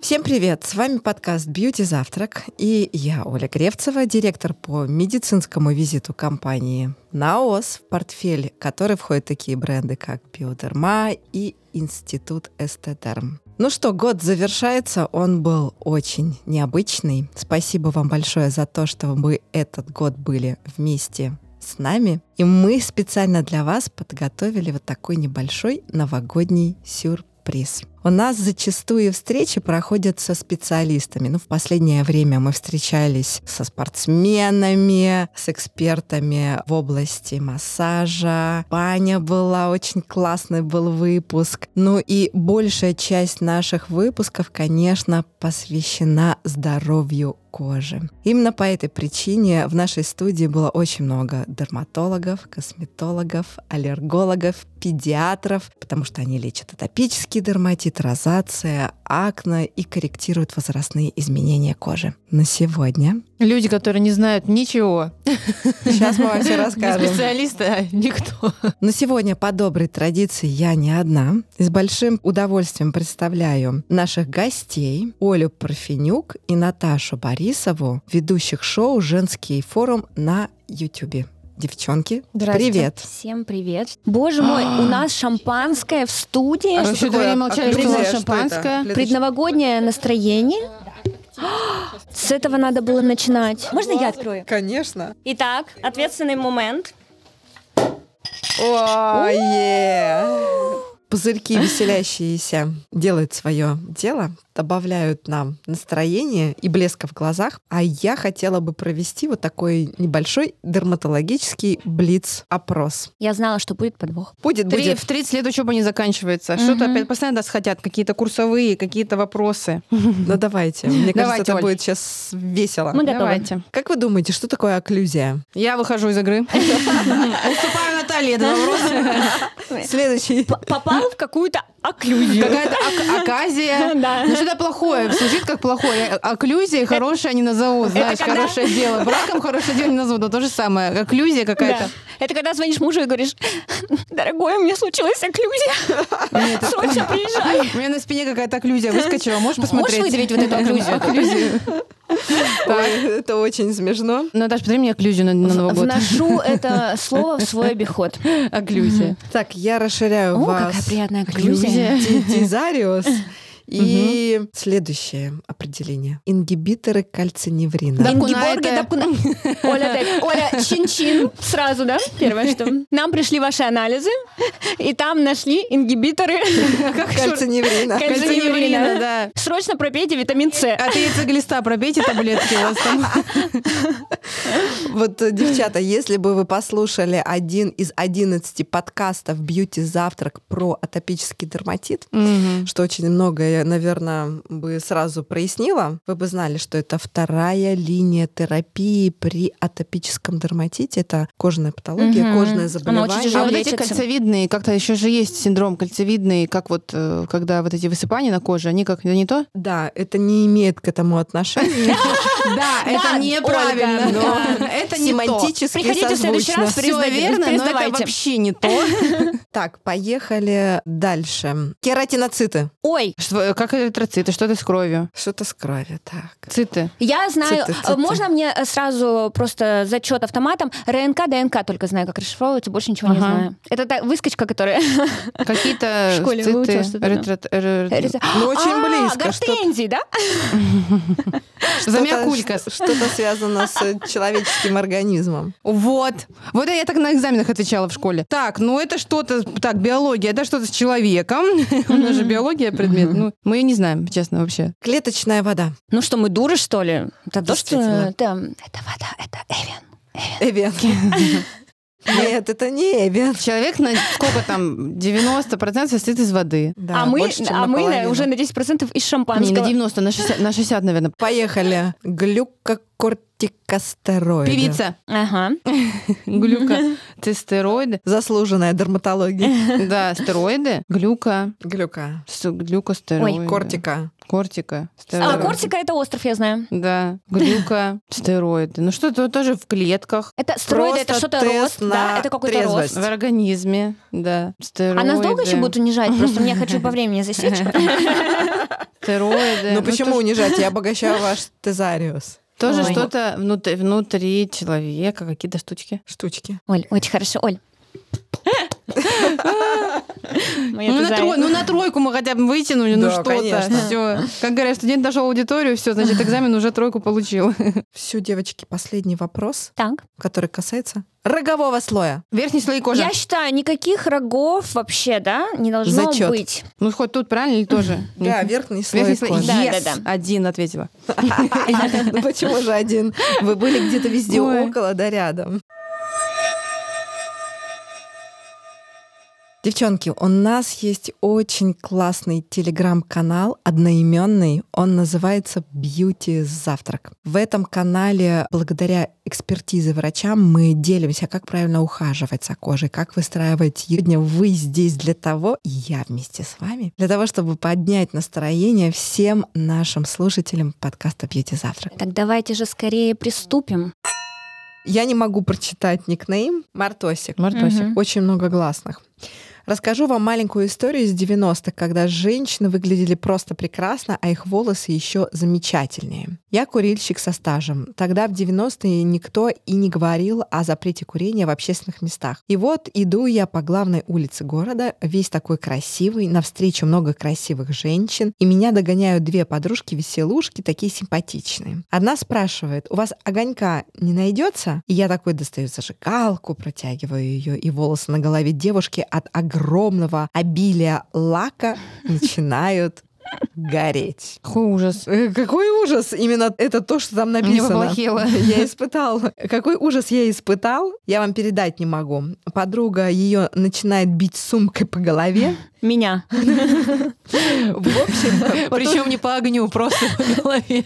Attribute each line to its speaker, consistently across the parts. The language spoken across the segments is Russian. Speaker 1: Всем привет! С вами подкаст «Бьюти Завтрак» и я, Оля Гревцева, директор по медицинскому визиту компании «Наос», в портфель которой входят такие бренды, как «Биодерма» и «Институт Эстетерм». Ну что, год завершается, он был очень необычный. Спасибо вам большое за то, что вы этот год были вместе с нами. И мы специально для вас подготовили вот такой небольшой новогодний сюрприз. У нас зачастую встречи проходят со специалистами. Ну, в последнее время мы встречались со спортсменами, с экспертами в области массажа. Баня была, очень классный был выпуск. Ну и большая часть наших выпусков, конечно, посвящена здоровью кожи. Именно по этой причине в нашей студии было очень много дерматологов, косметологов, аллергологов, педиатров, потому что они лечат атопический дерматит, болит розация, акне и корректирует возрастные изменения кожи. На сегодня.
Speaker 2: Люди, которые не знают ничего.
Speaker 1: Сейчас мы вам все расскажем.
Speaker 2: Не специалисты, а никто.
Speaker 1: Но сегодня по доброй традиции я не одна. И с большим удовольствием представляю наших гостей Олю Парфенюк и Наташу Борисову, ведущих шоу «Женский форум» на YouTube. Девчонки, привет.
Speaker 3: Всем привет. Боже мой, у нас шампанское в студии.
Speaker 2: А вы еще
Speaker 1: такое?
Speaker 2: двое молчали, что у
Speaker 1: Привет,
Speaker 2: вас
Speaker 1: что
Speaker 2: шампанское.
Speaker 1: это?
Speaker 3: Предновогоднее настроение. С этого надо было начинать. Можно я открою?
Speaker 1: Конечно.
Speaker 3: Итак, ответственный момент.
Speaker 1: Ое! Пузырьки веселящиеся делают свое дело, добавляют нам настроение и блеска в глазах. А я хотела бы провести вот такой небольшой дерматологический блиц-опрос.
Speaker 3: Я знала, что будет подвох.
Speaker 1: Будет,
Speaker 2: Три-
Speaker 1: будет.
Speaker 2: в 30 лет учеба не заканчивается. Что-то
Speaker 3: Мгм.
Speaker 2: опять постоянно нас хотят. Какие-то курсовые, какие-то вопросы.
Speaker 1: Ну давайте. Мне кажется,
Speaker 2: Давайте,
Speaker 1: это
Speaker 2: Оль. Ну.
Speaker 1: будет сейчас весело.
Speaker 3: Мы готовы.
Speaker 2: Давайте.
Speaker 1: Как вы думаете, что такое окклюзия?
Speaker 2: Я выхожу из игры. Уступаю Наталье этот вопрос.
Speaker 1: Следующий.
Speaker 3: П- Попал в какую-то оклюзию.
Speaker 2: Какая-то ак- оказия.
Speaker 3: Да.
Speaker 2: Ну, что-то плохое. Звучит как плохое. О- Окклюзия хорошее не назовут. Знаешь,
Speaker 3: когда-
Speaker 2: хорошее дело. Браком хорошее дело не назовут. Но то же самое. Окклюзия какая-то.
Speaker 3: Это когда звонишь мужу и говоришь, дорогой, у меня случилась оклюзия, срочно приезжай.
Speaker 2: У меня на спине какая-то окклюзия выскочила. Можешь посмотреть?
Speaker 3: Можешь выдавить вот эту окклюзию?
Speaker 2: Окклюзию.
Speaker 1: Ой, это очень смешно.
Speaker 2: Наташа, подари мне окклюзию на на Новый год.
Speaker 3: Вношу это слово в свой обиход.
Speaker 2: Окклюзия.
Speaker 1: Так, я расширяю
Speaker 3: О,
Speaker 1: вас.
Speaker 3: какая приятная оклюзия.
Speaker 1: Ди- Дизариус. И следующее определение. Ингибиторы кальциневрина.
Speaker 2: Да.
Speaker 3: Ингеборге
Speaker 2: это-
Speaker 3: Дапкуна. Оля, опять. Оля, чин-чин сразу, да? Первое, что. Нам пришли ваши анализы, и там нашли ингибиторы
Speaker 1: Кальциневрина.
Speaker 2: Кальциневрина,
Speaker 3: кальциневрина.
Speaker 2: да.
Speaker 3: Срочно пропейте витамин С.
Speaker 2: А ты яйцеглиста пробейте таблетки у вас там.
Speaker 1: Вот, э, девчата, если бы вы послушали один из 11 подкастов «Бьюти Завтрак» про атопический дерматит, что очень многое, наверное, бы сразу прояснило, вы бы знали, что это вторая линия терапии при атопическом дерматите. Это кожная патология,
Speaker 3: Мгм.
Speaker 1: кожное
Speaker 3: Она
Speaker 1: заболевание.
Speaker 3: очень
Speaker 2: А
Speaker 3: тяжело
Speaker 2: вот эти
Speaker 3: лечится.
Speaker 2: кольцевидные, как-то еще же есть синдром кольцевидный, как вот э, когда вот эти высыпания на коже, они как это не то?
Speaker 1: Да, это не имеет к этому отношения.
Speaker 2: Да,
Speaker 3: Ольга, да.
Speaker 2: Это
Speaker 1: Семантически
Speaker 3: Приходите в следующий раз,
Speaker 1: созвучно.
Speaker 2: Все
Speaker 3: Признайте,
Speaker 2: верно, но это
Speaker 3: признавайте.
Speaker 2: вообще не то.
Speaker 1: Так, поехали дальше. Кератиноциты.
Speaker 3: Ой,
Speaker 2: Что- э, Как эритроциты, что это с кровью?
Speaker 1: Что-то с кровью, так.
Speaker 2: Циты.
Speaker 3: я знаю,
Speaker 1: Циты, циты.
Speaker 3: э, можно мне э, сразу просто зачет автоматом? РНК, ДНК только знаю, как расшифровывается, больше ничего не
Speaker 2: Ага.
Speaker 3: знаю. Это та выскочка, которая...
Speaker 2: Какие-то
Speaker 3: В школе
Speaker 2: циты.
Speaker 3: выучила что-то, да.
Speaker 2: эритро- эритро-
Speaker 1: Ну, очень
Speaker 3: А,
Speaker 1: близко. что-то-
Speaker 3: гортензии, да?
Speaker 2: Замиокулькас.
Speaker 1: ш- Что-то связано с э, человеческим организмом.
Speaker 2: Вот. Вот я так на экзаменах отвечала в школе. Так, ну это что-то, так, биология, это что-то с человеком. У нас же биология предмет. Ну, мы ее не знаем, честно, вообще.
Speaker 1: Клеточная вода.
Speaker 3: Ну что, мы дуры, что ли? Это то, что...
Speaker 1: Действительно.
Speaker 3: Это это вода, это Эвен.
Speaker 1: Эвен. Нет, это не Эвен.
Speaker 2: Человек на сколько там, 90% состоит из воды.
Speaker 1: Да,
Speaker 3: а мы,
Speaker 1: больше, чем
Speaker 3: а мы на-
Speaker 1: наполовину.
Speaker 3: уже на 10% из
Speaker 2: Не,
Speaker 3: шампанского.
Speaker 2: на 90, на 60, на 60 наверное.
Speaker 1: Поехали. Глюкокортикоиды. кортикостероиды.
Speaker 2: Певица.
Speaker 3: Ага.
Speaker 2: Глюка. Тестероиды.
Speaker 1: Заслуженная дерматология.
Speaker 2: Да, стероиды. Глюка.
Speaker 1: Глюка.
Speaker 2: с- Глюкостероиды.
Speaker 1: Кортика.
Speaker 2: Кортика.
Speaker 3: А
Speaker 2: стероиды.
Speaker 3: кортика это остров, я знаю.
Speaker 2: Да. Глюка. Стероиды. Ну что-то тоже в клетках.
Speaker 3: Это стероиды, это
Speaker 1: Просто
Speaker 3: что-то
Speaker 1: тест
Speaker 3: рост, да,
Speaker 1: на
Speaker 3: это какой-то
Speaker 1: трезвость.
Speaker 3: рост.
Speaker 2: В организме, да. Стероиды.
Speaker 3: А нас долго еще будут унижать? Просто мне хочу по времени засечь.
Speaker 2: Стероиды.
Speaker 3: Э,
Speaker 1: Ну почему
Speaker 2: тоже-
Speaker 1: унижать? Я обогащаю ваш тезариус.
Speaker 2: Тоже
Speaker 3: Ой.
Speaker 2: что-то внутри, внутри человека, какие-то штучки.
Speaker 1: Штучки.
Speaker 3: Оль, очень хорошо, Оль. Моя
Speaker 2: Ну на,
Speaker 3: дизайн.
Speaker 2: трой- ну, на тройку мы хотя бы вытянули, ну
Speaker 1: Да,
Speaker 2: что-то.
Speaker 1: конечно.
Speaker 2: Все. Как говорят, студент дошел в аудиторию, все, значит, экзамен уже тройку получил.
Speaker 1: Все, девочки, последний вопрос,
Speaker 3: Так.
Speaker 1: который касается рогового слоя.
Speaker 2: Верхний слой кожи.
Speaker 3: Я считаю, никаких рогов вообще, да, не должно
Speaker 1: Зачёт.
Speaker 3: быть.
Speaker 2: Ну, хоть тут правильно или тоже?
Speaker 1: Да, верхний слой
Speaker 2: Верхний слой.
Speaker 1: кожи.
Speaker 3: Да,
Speaker 2: Yes.
Speaker 3: да, да.
Speaker 2: Один ответила.
Speaker 1: Ну почему же один? Вы были где-то везде
Speaker 2: Ой.
Speaker 1: около, да рядом. Девчонки, у нас есть очень классный телеграм-канал, одноименный. Он называется Beauty Завтрак. В этом канале, благодаря экспертизе врача, мы делимся, как правильно ухаживать за кожей, как выстраивать ее. Сегодня вы здесь для того, и я вместе с вами, для того, чтобы поднять настроение всем нашим слушателям подкаста Beauty Завтрак.
Speaker 3: Так давайте же скорее приступим.
Speaker 1: Я не могу прочитать никнейм Мартосик.
Speaker 2: Мартосик.
Speaker 3: Мгм.
Speaker 1: Очень много гласных. Расскажу вам маленькую историю из 90-х, когда женщины выглядели просто прекрасно, а их волосы еще замечательнее. Я курильщик со стажем. Тогда в 90-е никто и не говорил о запрете курения в общественных местах. И вот иду я по главной улице города, весь такой красивый, навстречу много красивых женщин, и меня догоняют две подружки-веселушки, такие симпатичные. Одна спрашивает, у вас огонька не найдется? И я такой достаю зажигалку, протягиваю ее, и волосы на голове девушки от огромного обилия лака начинают гореть.
Speaker 2: Какой ужас.
Speaker 1: Э, Какой ужас! Именно это то, что там
Speaker 2: Мне
Speaker 1: написано.
Speaker 2: поплохело.
Speaker 1: Я испытала. Какой ужас я испытал, я вам передать не могу. Подруга ее начинает бить сумкой по голове.
Speaker 3: Меня.
Speaker 1: В общем,
Speaker 2: Причем не по огню, просто по голове.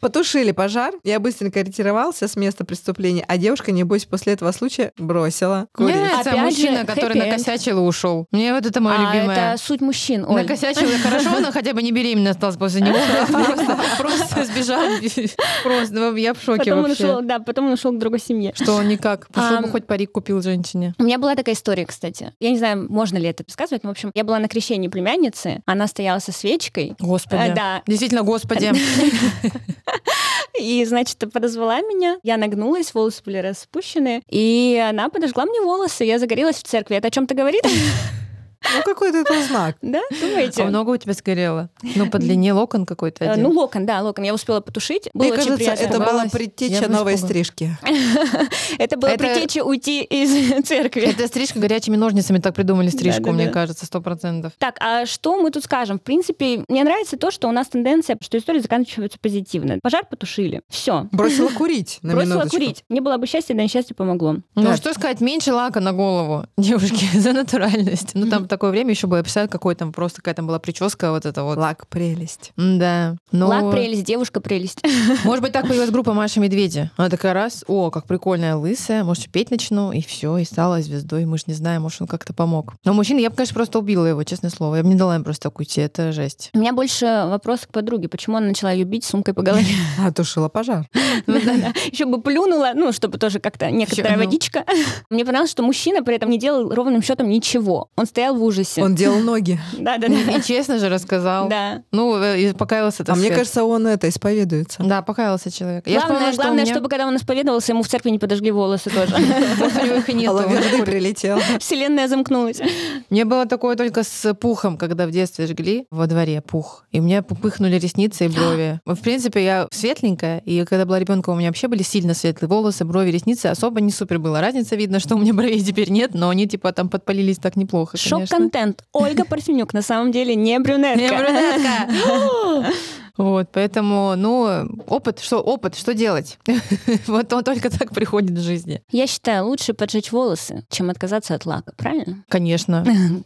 Speaker 1: потушили пожар. Я быстренько ретировался с места преступления, а девушка, небось, после этого случая бросила
Speaker 2: Мне
Speaker 1: курить.
Speaker 2: нравится
Speaker 3: Опять же,
Speaker 2: мужчина, который
Speaker 3: хэппи-энд.
Speaker 2: накосячил и ушел. Мне вот это мое
Speaker 3: А
Speaker 2: любимое.
Speaker 3: это суть мужчин, Оль.
Speaker 2: Накосячила хорошо, она хотя бы не беременна осталась после него. Просто- Просто сбежал. Просто ну, я в шоке
Speaker 3: Потом он ушел,
Speaker 2: вообще.
Speaker 3: да, потом он ушел к другой семье.
Speaker 2: Что он никак. Пошел бы
Speaker 3: Ам.
Speaker 2: хоть парик купил женщине.
Speaker 3: У меня была такая история, кстати. Я не знаю, можно ли это рассказывать, но, в общем, я была на крещении племянницы, она стояла со свечкой,
Speaker 2: Господи.
Speaker 3: Э, да.
Speaker 2: Действительно, господи.
Speaker 3: и, значит, подозвала меня. Я нагнулась, волосы были распущены, и она подожгла мне волосы, я загорелась в церкви. Это о чем-то говорит?
Speaker 1: Ну, какой-то это знак.
Speaker 3: Да, думаете?
Speaker 2: А много у тебя сгорело? Ну, по длине локон какой-то
Speaker 3: Э, Ну,
Speaker 2: один.
Speaker 3: локон, да, локон. Я успела потушить. Было
Speaker 1: Мне
Speaker 3: очень
Speaker 1: кажется,
Speaker 3: приятно.
Speaker 1: это была
Speaker 2: Испугалась. Я
Speaker 1: предтеча
Speaker 2: бы
Speaker 1: новой
Speaker 2: испугалась.
Speaker 1: стрижки.
Speaker 3: Это было
Speaker 2: это-
Speaker 3: предтеча уйти из церкви.
Speaker 2: Это стрижка горячими ножницами, так придумали стрижку,
Speaker 3: Да-да-да.
Speaker 2: мне кажется, сто процентов.
Speaker 3: Так, а что мы тут скажем? В принципе, мне нравится то, что у нас тенденция, что истории заканчиваются позитивно. Пожар потушили. Все.
Speaker 1: Бросила курить на
Speaker 3: Бросила
Speaker 1: минуточку.
Speaker 3: курить. Не было бы счастья, да несчастье помогло.
Speaker 2: Ну,
Speaker 1: Так.
Speaker 2: что сказать, меньше лака на голову, девушки, за натуральность. Ну, там такое время еще было, я представляю, какой там просто какая там была прическа вот эта вот.
Speaker 1: Лак прелесть.
Speaker 2: Да.
Speaker 3: Лак прелесть, девушка прелесть.
Speaker 2: Может быть, так появилась группа Маша Медведи. Она такая раз, о, как прикольная лысая, может, ещё петь начну, и все, и стала звездой. Мы же не знаем, может, он как-то помог. Но мужчина, я бы, конечно, просто убила его, честное слово. Я бы не дала им просто так уйти, это жесть.
Speaker 3: У меня больше вопрос к подруге. Почему она начала ее бить сумкой по голове?
Speaker 1: А тушила пожар.
Speaker 3: Еще бы плюнула, ну, чтобы тоже как-то некоторая
Speaker 2: ну.
Speaker 3: водичка. Мне понравилось, что мужчина при этом не делал ровным счетом ничего. Он стоял в ужасе.
Speaker 1: Он делал ноги.
Speaker 3: Да-да-да.
Speaker 2: И честно же рассказал.
Speaker 3: Да.
Speaker 2: Ну, э, и покаялся,
Speaker 1: А
Speaker 2: так
Speaker 1: мне
Speaker 2: сказать.
Speaker 1: кажется, он это исповедуется.
Speaker 2: Да, покаялся человек. Я вспомнила,
Speaker 3: Главное,
Speaker 2: что у
Speaker 3: главное,
Speaker 2: меня-
Speaker 3: чтобы когда он исповедовался, ему в церкви не подожгли волосы тоже.
Speaker 2: Может, у него их и нет.
Speaker 1: А
Speaker 2: он
Speaker 1: лаверды
Speaker 2: курит.
Speaker 1: прилетел.
Speaker 3: Вселенная замкнулась.
Speaker 2: Мне было такое только с пухом, когда в детстве жгли во дворе пух. И мне пыхнули ресницы и брови. В принципе, я светленькая, и когда была ребенком, у меня вообще были сильно светлые волосы, брови, ресницы. Особо не супер было. Разница видно, что у меня бровей теперь нет, но они типа там подпалились так неплохо, конечно.
Speaker 3: Шок-контент. Ольга Парфенюк на самом деле не брюнетка.
Speaker 2: Я брюнетка. Вот, поэтому, ну, опыт, что опыт, что делать? Вот он только так приходит в жизни.
Speaker 3: Я считаю, лучше поджечь волосы, чем отказаться от лака, правильно?
Speaker 2: Конечно,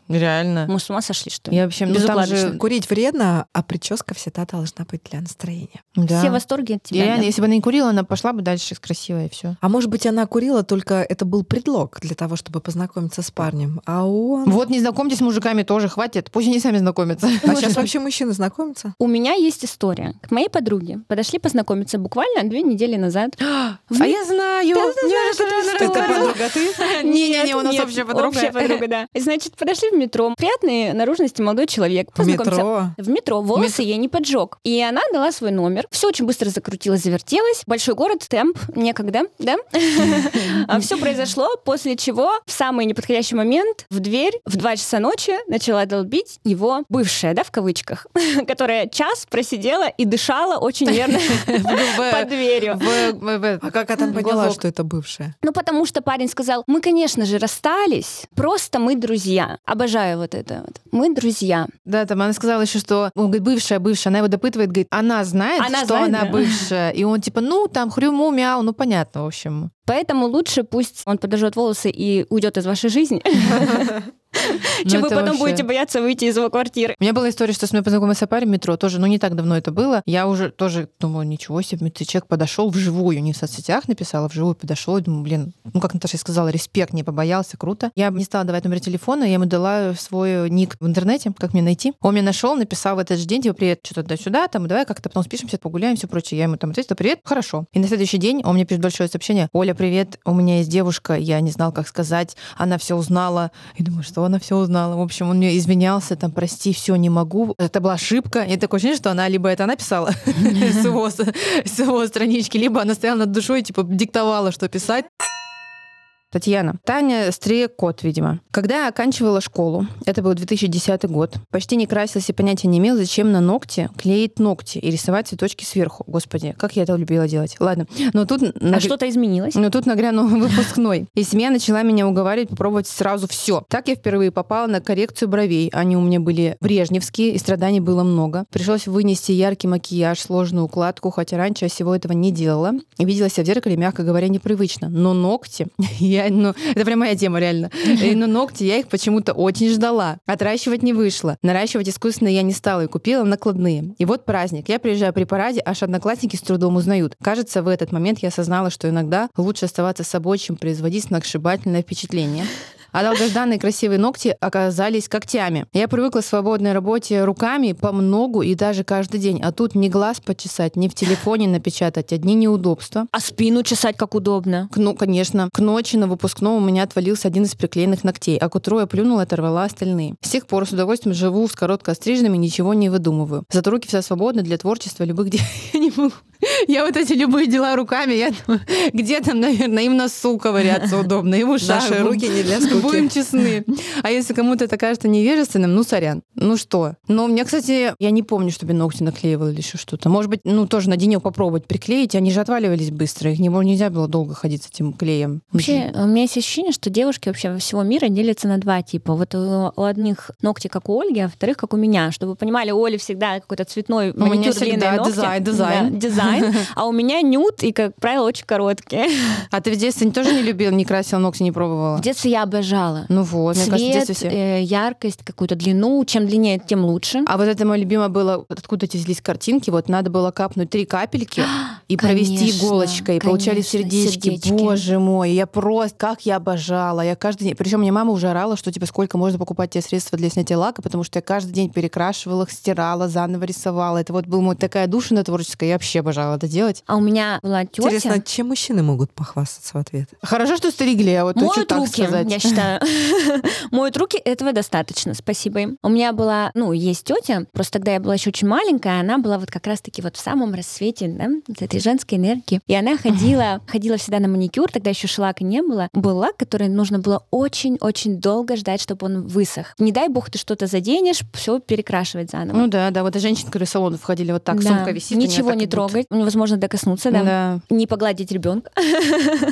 Speaker 2: реально.
Speaker 3: Мы с ума сошли, что ли?
Speaker 2: Я вообще, ну там же...
Speaker 3: Безукладочно.
Speaker 1: Курить вредно, а прическа всегда должна быть для настроения.
Speaker 2: Да.
Speaker 3: Все в восторге от
Speaker 2: Я
Speaker 3: тебя.
Speaker 2: реально,
Speaker 3: да?
Speaker 2: если бы она не курила, она пошла бы дальше красивая, и все.
Speaker 1: А может быть, она курила, только это был предлог для того, чтобы познакомиться с парнем. А он...
Speaker 2: Вот не знакомьтесь с мужиками тоже, хватит. Пусть они сами знакомятся.
Speaker 1: А сейчас вообще мужчины знакомятся?
Speaker 3: У меня есть история. К моей подруге подошли познакомиться буквально две недели назад.
Speaker 2: А я знаю. Мне же это
Speaker 1: Это
Speaker 2: рассказывала.
Speaker 1: подруга ты?
Speaker 2: Не-не-не, у нас
Speaker 3: а Нет,
Speaker 2: общая подруга.
Speaker 3: Общая подруга, да. Значит, подошли в метро. Приятный наружности молодой человек.
Speaker 1: В
Speaker 3: Познакомься.
Speaker 1: метро.
Speaker 3: В метро волосы ей не поджег. И она дала свой номер. Все очень быстро закрутилось, завертелось. Большой город, темп, некогда, да? Все произошло, после чего в самый неподходящий момент в дверь в 2 часа ночи начала долбить его бывшая, да, в кавычках, которая час просидела и дышала очень нервно под дверью.
Speaker 2: В- в- в-
Speaker 1: А как она поняла,
Speaker 2: глазок.
Speaker 1: что это бывшая?
Speaker 3: Ну, потому что парень сказал, мы, конечно же, расстались, просто мы друзья. Обожаю вот это вот. Мы друзья.
Speaker 2: Да, там она сказала еще, что он говорит, бывшая, бывшая. Она его допытывает, говорит, она знает,
Speaker 3: Она
Speaker 2: что
Speaker 3: знает,
Speaker 2: она
Speaker 3: да.
Speaker 2: бывшая. И он типа, ну, там, хрюму, мяу, ну, понятно, в общем.
Speaker 3: Поэтому лучше пусть он подожжет волосы и уйдет из вашей жизни,
Speaker 2: Ну,
Speaker 3: чем вы
Speaker 2: это
Speaker 3: потом
Speaker 2: вообще-
Speaker 3: будете бояться выйти из его квартиры.
Speaker 2: У меня была история, что с мной познакомился парень в метро, тоже, ну, не так давно это было. Я уже тоже думаю, ничего себе, ты человек подошел вживую, не в соцсетях написала, вживую подошел, думаю, блин, ну, как Наташа и сказала, респект, не побоялся, круто. Я не стала давать номер телефона, я ему дала свой ник в интернете, как меня найти. Он меня нашел, написал в этот же день, типа, привет, что-то до сюда, там, давай как-то потом спишемся, погуляем, все прочее. Я ему там ответила, привет, хорошо. И на следующий день он мне пишет большое сообщение, Оля, привет, у меня есть девушка, я не знал, как сказать, она все узнала, и думаю, что она все узнала. В общем, он мне извинялся, там, прости, все, не могу. Это была ошибка. И такое ощущение, что она либо это она писала с его, с с его странички, либо она стояла над душой, типа, диктовала, что писать. Татьяна. Таня Стрекот, видимо. Когда я оканчивала школу, это был 2010 год, почти не красилась и понятия не имела, зачем на ногти клеить ногти и рисовать цветочки сверху. Господи, как я это любила делать. Ладно, но тут...
Speaker 3: А
Speaker 2: нагр-
Speaker 3: что-то изменилось?
Speaker 2: но тут нагрянул выпускной, и семья начала меня уговаривать попробовать сразу все. Так я впервые попала на коррекцию бровей. Они у меня были брежневские, и страданий было много. Пришлось вынести яркий макияж, сложную укладку, хотя раньше я всего этого не делала. И видела себя в зеркале, мягко говоря, непривычно. Но ногти, я, ну, это прям моя тема, реально. И, Но ногти я их почему-то очень ждала. Отращивать не вышло. Наращивать искусственно я не стала и купила накладные. И вот праздник. Я приезжаю при параде, аж одноклассники с трудом узнают. Кажется, в этот момент я осознала, что иногда лучше оставаться собой, чем производить сногсшибательное впечатление. А долгожданные красивые ногти оказались когтями. Я привыкла к свободной работе руками по многу и даже каждый день. А тут ни глаз почесать, ни в телефоне напечатать. Одни неудобства.
Speaker 3: А спину чесать как удобно.
Speaker 2: К- Ну, конечно. К ночи на выпускном у меня отвалился один из приклеенных ногтей, а к утру я плюнула и оторвала остальные. С тех пор с удовольствием живу с коротко стриженными, ничего не выдумываю. Зато руки всегда свободны для творчества, любых дел. Я не могу. Я вот эти любые дела руками, я думаю, где там, наверное, им носу ковыряться удобно, и в ушах.
Speaker 1: Наши
Speaker 2: Бу-
Speaker 1: руки не для скуки.
Speaker 2: Будем честны. А если кому-то это кажется невежественным, ну, сорян. Ну что? Но у меня, кстати, я не помню, чтобы я ногти наклеивала или еще что-то. Может быть, ну, тоже на денек попробовать приклеить. Они же отваливались быстро. Их не, мож- нельзя было долго ходить с этим клеем.
Speaker 3: Вообще, у меня есть ощущение, что девушки вообще во всего мира делятся на два типа. Вот у, у одних ногти, как у Ольги, а вторых, как у меня. Чтобы вы понимали, у Оли всегда какой-то цветной
Speaker 2: меня
Speaker 3: маникюр,
Speaker 2: всегда
Speaker 3: длинные ногти.
Speaker 2: дизайн, дизайн.
Speaker 3: Да, дизайн. А у меня нюд и, как правило, очень короткие.
Speaker 2: А ты в детстве тоже не любил, не красил ногти, не пробовала?
Speaker 3: В детстве я обожала.
Speaker 2: типа. Ну вот, мне кажется, в
Speaker 3: Цвет,
Speaker 2: детстве все...
Speaker 3: э, яркость, какую-то длину. Чем длиннее, тем лучше.
Speaker 2: А вот это мое любимое было, откуда эти взялись картинки, вот надо было капнуть три капельки и провести
Speaker 3: Конечно,
Speaker 2: иголочкой, и получались
Speaker 3: конечно,
Speaker 2: сердечки.
Speaker 3: сердечки.
Speaker 2: Боже мой, я просто, как я обожала, я каждый день, причем мне мама уже орала, что типа сколько можно покупать тебе средства для снятия лака, потому что я каждый день перекрашивала их, стирала, заново рисовала. Это вот была такая душина творческая, я вообще обожала это делать.
Speaker 3: А у меня была тетя.
Speaker 1: Интересно,
Speaker 2: типа,
Speaker 1: чем мужчины могут похвастаться в ответ?
Speaker 2: Хорошо, что стригли, а вот хочу
Speaker 3: Моют
Speaker 2: так
Speaker 3: руки,
Speaker 2: сказать.
Speaker 3: я считаю. Моют руки, этого достаточно, спасибо им. У меня была, ну, есть тетя, просто тогда я была еще очень маленькая, она была вот как раз-таки вот в самом рассвете, да, вот этой женской энергии. И она ходила, ходила всегда на маникюр, тогда еще шелака не было. Был лак, который нужно было очень-очень долго ждать, чтобы он высох. Не дай бог ты что-то заденешь, все перекрашивать заново.
Speaker 2: Ну да, да, вот и женщины, которые в салон входили, вот так,
Speaker 3: Да.
Speaker 2: сумка висит. у нее
Speaker 3: Ничего
Speaker 2: так
Speaker 3: не
Speaker 2: идут.
Speaker 3: трогать. У него невозможно докоснуться, да.
Speaker 2: Да.
Speaker 3: Не погладить ребенка.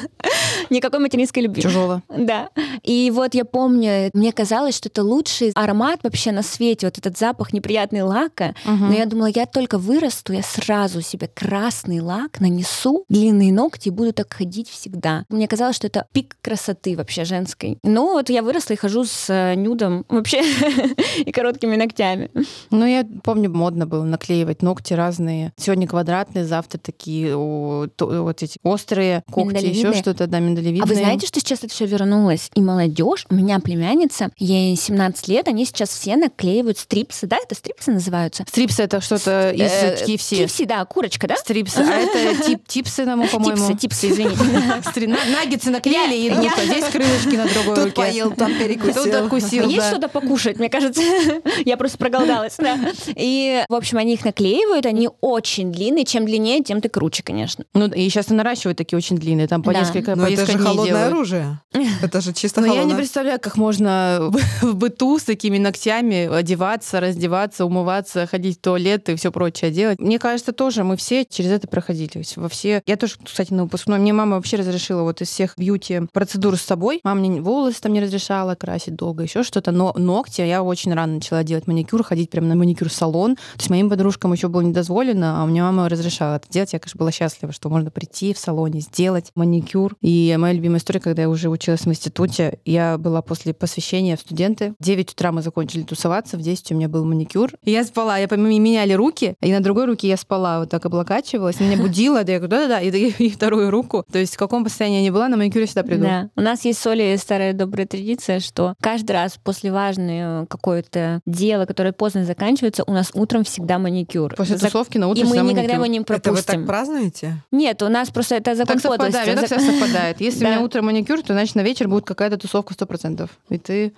Speaker 3: Никакой материнской любви.
Speaker 2: Чужого.
Speaker 3: Да. И вот я помню, мне казалось, что это лучший аромат вообще на свете, вот этот запах неприятный лака. Но я думала, я только вырасту, я сразу себе красный лак нанесу, длинные ногти и буду так ходить всегда. Мне казалось, что это пик красоты вообще женской. Ну вот я выросла и хожу с э, нюдом вообще и короткими ногтями.
Speaker 2: Ну, я помню, модно было наклеивать ногти разные. Сегодня квадратные, завтра такие о, то- вот эти острые когти, еще
Speaker 3: Миндалевидные.
Speaker 2: что-то, да, миндалевидные.
Speaker 3: А вы знаете, что сейчас это все вернулось? И молодежь, у меня племянница, ей 17 лет, они сейчас все наклеивают стрипсы, да, это стрипсы называются?
Speaker 2: Стрипсы — это что-то из
Speaker 3: Э,
Speaker 2: KFC.
Speaker 3: KFC, да, курочка, да?
Speaker 2: Стрипсы. А это тип, типсы, нам, по-моему.
Speaker 3: Типсы, типсы, извините.
Speaker 2: Стри- на- Наггетсы наклеили и
Speaker 3: Я-
Speaker 2: идут,
Speaker 3: я-
Speaker 2: а здесь крылышки на другой
Speaker 1: Тут
Speaker 2: руке.
Speaker 1: поел, там перекусил.
Speaker 2: Тут откусил,
Speaker 3: А Есть
Speaker 2: да.
Speaker 3: что-то покушать, мне кажется. Я просто проголодалась, да. И, в общем, они их наклеивают, они очень длинные. Чем длиннее, тем ты круче, конечно.
Speaker 2: Ну, и сейчас наращивают такие очень длинные, там по
Speaker 3: Да.
Speaker 2: несколько,
Speaker 1: Но
Speaker 2: по
Speaker 1: это
Speaker 2: несколько
Speaker 1: же
Speaker 2: дней
Speaker 1: холодное
Speaker 2: делают.
Speaker 1: оружие. Ну, Это же чисто
Speaker 2: Но я не
Speaker 1: холодное.
Speaker 2: представляю, как можно в быту с такими ногтями одеваться, раздеваться, умываться, ходить в туалет и все прочее делать. Мне кажется, тоже мы все через это проходили. Во все... Я тоже, кстати, на выпускной. Мне мама вообще разрешила вот из всех бьюти-процедур с собой. Мама мне волосы там не разрешала красить долго, еще что-то. Но ногти я очень рано начала делать маникюр, ходить прям на маникюр-салон. То есть моим подружкам еще было не дозволено, а мне мама разрешала это делать. Я, конечно, была счастлива, что можно прийти в салоне, сделать маникюр. И моя любимая история, когда я уже училась в институте, я была после посвящения в студенты. В 9 утра мы закончили тусоваться, в 10 у меня был маникюр. И я спала, я помимо меняли руки, и на другой руке я спала, вот так облокачивалась, меня будила, да я говорю, да-да-да, и, и вторую руку. То есть в каком состоянии я не была, на маникюре всегда приду.
Speaker 3: Да. У нас есть с Олей старая добрая традиция, что каждый раз после важного какое-то дела, которое поздно заканчивается, у нас утром всегда маникюр.
Speaker 2: После
Speaker 3: За-
Speaker 2: тусовки на утро
Speaker 3: И мы
Speaker 2: всегда
Speaker 3: никогда его
Speaker 2: маникюр.
Speaker 3: не
Speaker 1: Это вы
Speaker 3: пропустим.
Speaker 1: так празднуете?
Speaker 3: Нет, у нас просто это закон
Speaker 2: А Так совпадает,
Speaker 3: подлости.
Speaker 2: у меня так
Speaker 3: Зак-
Speaker 2: всегда совпадает. Если у меня
Speaker 3: Да.
Speaker 2: утром маникюр, то значит на вечер будет какая-то тусовка 100%. И ты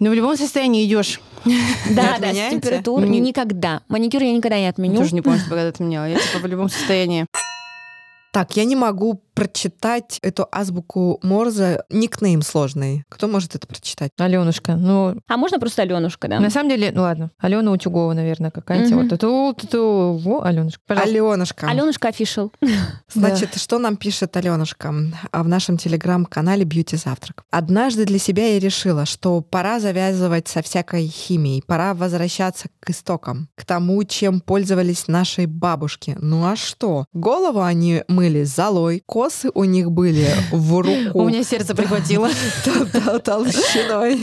Speaker 2: ну, в любом состоянии идешь.
Speaker 3: Да, да, с
Speaker 1: отменяете?
Speaker 3: температур
Speaker 2: Мне-
Speaker 3: никогда. Маникюр я никогда не
Speaker 2: Я
Speaker 3: отменю.
Speaker 2: тоже не помню, что когда ты меняла. Я типа в любом состоянии.
Speaker 1: Так, я не могу прочитать эту азбуку Морзе. Никнейм сложный. Кто может это прочитать?
Speaker 2: Аленушка, ну,
Speaker 3: А можно просто Аленушка, да?
Speaker 2: на самом деле, ну ладно, Алена Утюгова, наверное, какая-нибудь.
Speaker 3: Мгм.
Speaker 2: Вот ту ту ту во, Аленушка, пожалуйста.
Speaker 1: Аленушка.
Speaker 3: Аленушка офишел.
Speaker 1: Значит, что нам пишет Аленушка а, в нашем телеграм-канале Бьюти Завтрак? Однажды для себя я решила, что пора завязывать со всякой химией, пора возвращаться к истокам, к тому, чем пользовались наши бабушки. Ну а что? Голову они мыли золой, косы у них были в руку.
Speaker 2: У меня сердце прихватило.
Speaker 1: Тол- тол- толщиной.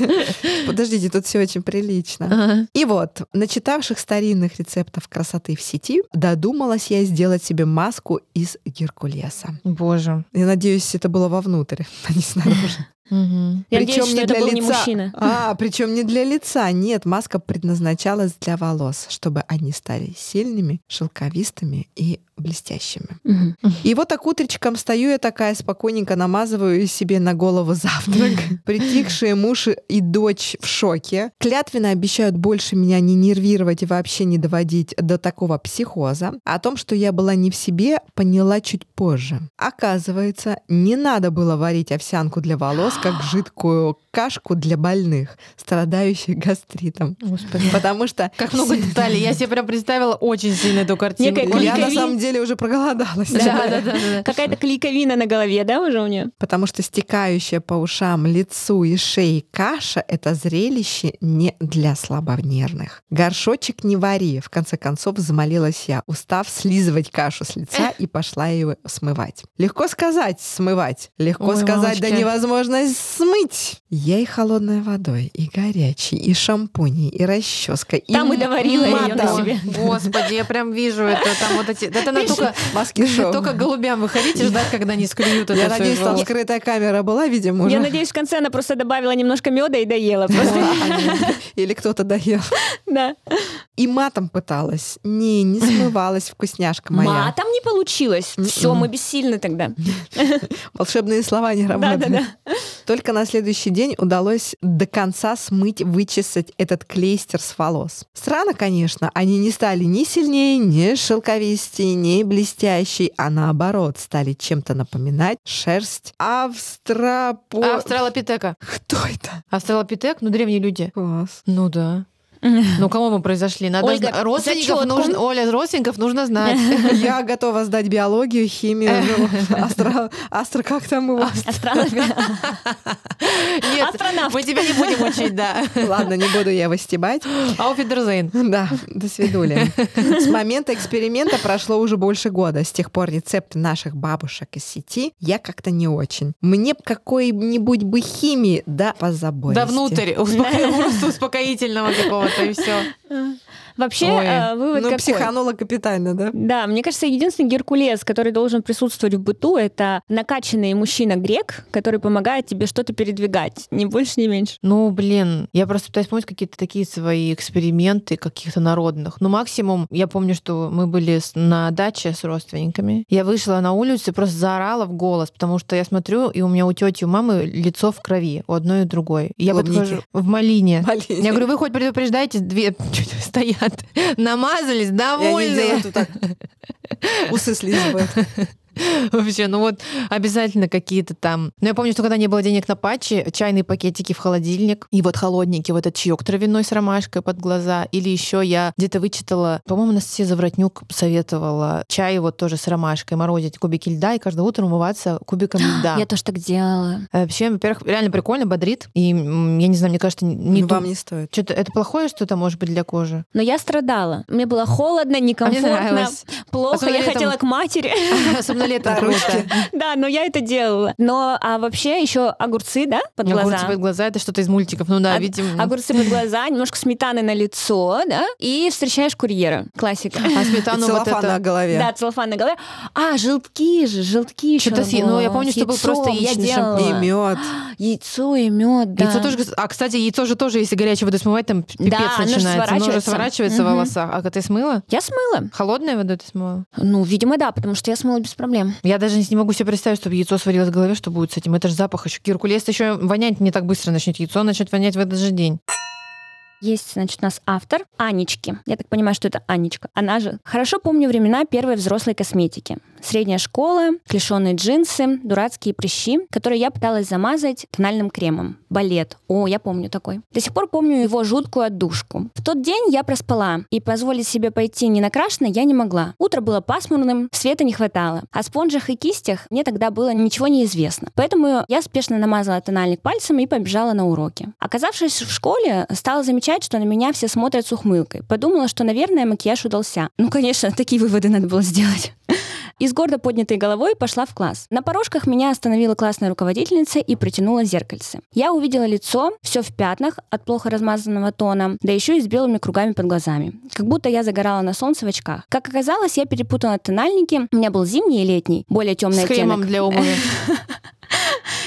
Speaker 1: Подождите, тут все очень прилично.
Speaker 2: Ага.
Speaker 1: И вот, начитавших старинных рецептов красоты в сети, додумалась я сделать себе маску из геркулеса.
Speaker 2: Боже.
Speaker 1: Я надеюсь, это было вовнутрь, а не снаружи.
Speaker 2: Мгм.
Speaker 3: Я
Speaker 1: Причём
Speaker 3: надеюсь, что
Speaker 1: не
Speaker 3: это
Speaker 1: для
Speaker 3: был не
Speaker 1: лица.
Speaker 3: мужчина.
Speaker 1: А, причем не для лица. Нет, маска предназначалась для волос, чтобы они стали сильными, шелковистыми и блестящими.
Speaker 3: Мгм.
Speaker 1: И вот так утречком стою я такая, спокойненько намазываю себе на голову завтрак. Притихшие муж и дочь в шоке. Клятвенно обещают больше меня не нервировать и вообще не доводить до такого психоза. О том, что я была не в себе, поняла чуть позже. Оказывается, не надо было варить овсянку для волос, как жидкую кашку для больных, страдающих гастритом.
Speaker 2: Господи.
Speaker 1: Потому что...
Speaker 2: Как много деталей. Я себе прям представила очень сильно эту картину.
Speaker 3: Некая
Speaker 1: Я на
Speaker 3: Кликовин.
Speaker 1: самом деле уже проголодалась.
Speaker 2: Да, да, да, да.
Speaker 3: Какая-то клейковина на голове, да, уже у нее?
Speaker 1: потому что стекающая по ушам, лицу и шее каша — это зрелище не для слабонервных. Горшочек не вари, в конце концов замолилась я, устав слизывать кашу с лица и пошла ее смывать. Легко сказать «смывать», легко
Speaker 2: Ой,
Speaker 1: сказать «да
Speaker 2: мамочки.
Speaker 1: невозможно смыть». Я и холодной водой, и горячей, и шампуней, и расческа, и
Speaker 3: Там и доварила её
Speaker 1: матом.
Speaker 3: на себе.
Speaker 2: Господи, я прям вижу это. Там вот эти... Это надо
Speaker 1: Видишь,
Speaker 2: только...
Speaker 1: маски шоу.
Speaker 2: Только голубям выходить и ждать, когда они склюют это
Speaker 1: Я
Speaker 2: всё из
Speaker 1: надеюсь, там
Speaker 2: волос.
Speaker 1: скрытая камера была, видимо, уже.
Speaker 3: Я надеюсь, в конце она просто добавила немножко меда и доела. просто.
Speaker 1: Или кто-то доел.
Speaker 3: Да.
Speaker 1: И матом пыталась. Не, не смывалась вкусняшка моя.
Speaker 3: Ма, а там не получилось. Все,
Speaker 1: Мгм.
Speaker 3: мы бессильны тогда.
Speaker 1: Волшебные слова не работают.
Speaker 3: Да-да-да.
Speaker 1: Только на следующий день удалось до конца смыть, вычесать этот клейстер с волос. Странно, конечно, они не стали ни сильнее, ни шелковистее, ни блестящей, а наоборот, стали чем-то напоминать шерсть австрапо...
Speaker 2: А Австралопитека.
Speaker 1: Кто это?
Speaker 2: Австралопитек? Ну, древние люди.
Speaker 1: Класс.
Speaker 2: Ну да. Ну, кому мы произошли? Надо
Speaker 3: Ольга,
Speaker 2: зна- родственников
Speaker 3: зачётку.
Speaker 2: нужно... Оля, родственников нужно знать.
Speaker 1: Я готова сдать биологию, химию, ну, астро, астро- как там его?
Speaker 3: Астронавт.
Speaker 2: Нет,
Speaker 3: Астронавт.
Speaker 2: мы тебя не будем учить, да.
Speaker 1: Ладно, не буду я его стебать.
Speaker 2: Ауфидерзейн.
Speaker 1: Да, до свидули. С момента эксперимента прошло уже больше года. С тех пор рецепты наших бабушек из сети я как-то не очень. Мне б какой-нибудь бы химии, да, позаботиться.
Speaker 2: Да внутрь, успоко- просто успокоительного какого-то, и все.
Speaker 3: Вообще,
Speaker 2: Ой,
Speaker 3: э, вывод
Speaker 1: Ну,
Speaker 3: какой?
Speaker 1: психанула капитально, да?
Speaker 3: Да, мне кажется, единственный Геркулес, который должен присутствовать в быту, это накачанный мужчина-грек, который помогает тебе что-то передвигать, ни больше, ни меньше.
Speaker 2: Ну, блин, я просто пытаюсь помнить какие-то такие свои эксперименты каких-то народных. Ну, максимум, я помню, что мы были с- на даче с родственниками. Я вышла на улицу и просто заорала в голос, потому что я смотрю, и у меня у тети, у мамы лицо в крови, у одной и у другой. Я
Speaker 1: Клубники.
Speaker 2: подхожу в малине.
Speaker 1: Блин.
Speaker 2: Я говорю, вы хоть предупреждаете, две стоят, намазались,
Speaker 1: И они
Speaker 2: довольны.
Speaker 1: делают вот так. Усы слизывают.
Speaker 2: Вообще, ну вот обязательно какие-то там. Но я помню, что когда не было денег на патчи, чайные пакетики в холодильник, и вот холодники, вот этот чаек травяной с ромашкой под глаза. Или еще я где-то вычитала, по-моему, Анастасия Завратнюк советовала чай вот тоже с ромашкой, морозить кубики льда и каждое утро умываться кубиком льда.
Speaker 3: Я тоже так делала.
Speaker 2: А Вообще, во-первых, реально прикольно, бодрит. И м, я не знаю, мне кажется, не
Speaker 1: Ну, Вам не стоит.
Speaker 2: Что-то это плохое что-то может быть для кожи?
Speaker 3: Но я страдала. Мне было холодно,
Speaker 2: А мне
Speaker 3: некомфортно,
Speaker 2: нравилось.
Speaker 3: плохо.
Speaker 2: Особенно
Speaker 3: Я
Speaker 2: летом.
Speaker 3: хотела к матери.
Speaker 2: Особенно летом
Speaker 1: Да, ручки.
Speaker 2: круто.
Speaker 3: Да, но я это делала. Но а вообще еще огурцы, да, под
Speaker 2: Огурцы
Speaker 3: глаза. а
Speaker 2: под глаза, это что-то из мультиков. Ну да,
Speaker 3: Ог-
Speaker 2: видимо.
Speaker 3: Огурцы под глаза, немножко сметаны на лицо, да, и встречаешь курьера. Классика.
Speaker 2: А
Speaker 1: И
Speaker 2: сметану вот
Speaker 1: целлофан на
Speaker 2: это...
Speaker 1: голове.
Speaker 3: Да, целлофан на голове. А, желтки же, желтки еще.
Speaker 2: Что-то с- ну, я помню, что был просто яичный
Speaker 1: И мед.
Speaker 3: Яйцо и мед, да.
Speaker 2: Яйцо тоже, а кстати, яйцо же тоже, если горячей водой смывать, там пипец
Speaker 3: Да, оно же
Speaker 2: начинается. Оно же
Speaker 3: сворачивается.
Speaker 2: сворачивается в
Speaker 3: Мгм.
Speaker 2: волосах. А ты смыла?
Speaker 3: Я смыла.
Speaker 2: Холодной водой ты смыла?
Speaker 3: Ну, видимо, да, потому что я смыла без проблем.
Speaker 2: Я даже не могу себе представить, чтобы яйцо сварилось в голове, что будет с этим. Это же запах еще. Геркулес еще вонять не так быстро начнет. Яйцо начнет вонять в этот же день.
Speaker 3: Есть, значит, у нас автор Анечки. Я так понимаю, что это Анечка. Она же. Хорошо помню времена первой взрослой косметики. Средняя школа, клешеные джинсы, дурацкие прыщи, которые я пыталась замазать тональным кремом. Балет. О, я помню такой. До сих пор помню его жуткую отдушку. В тот день я проспала, и позволить себе пойти не накрашенной я не могла. Утро было пасмурным, света не хватало. О спонжах и кистях мне тогда было ничего не известно. Поэтому я спешно намазала тональник пальцем и побежала на уроки. Оказавшись в школе, стала замечать, что на меня все смотрят с ухмылкой. Подумала, что, наверное, макияж удался. Ну, конечно, такие выводы надо было сделать. И с гордо поднятой головой пошла в класс. На порожках меня остановила классная руководительница и протянула зеркальце. Я увидела лицо, все в пятнах от плохо размазанного тона, да еще и с белыми кругами под глазами. Как будто я загорала на солнце в очках. Как оказалось, я перепутала тональники. У меня был зимний и летний, более темный
Speaker 2: С кремом
Speaker 3: оттенок.
Speaker 2: для обуви.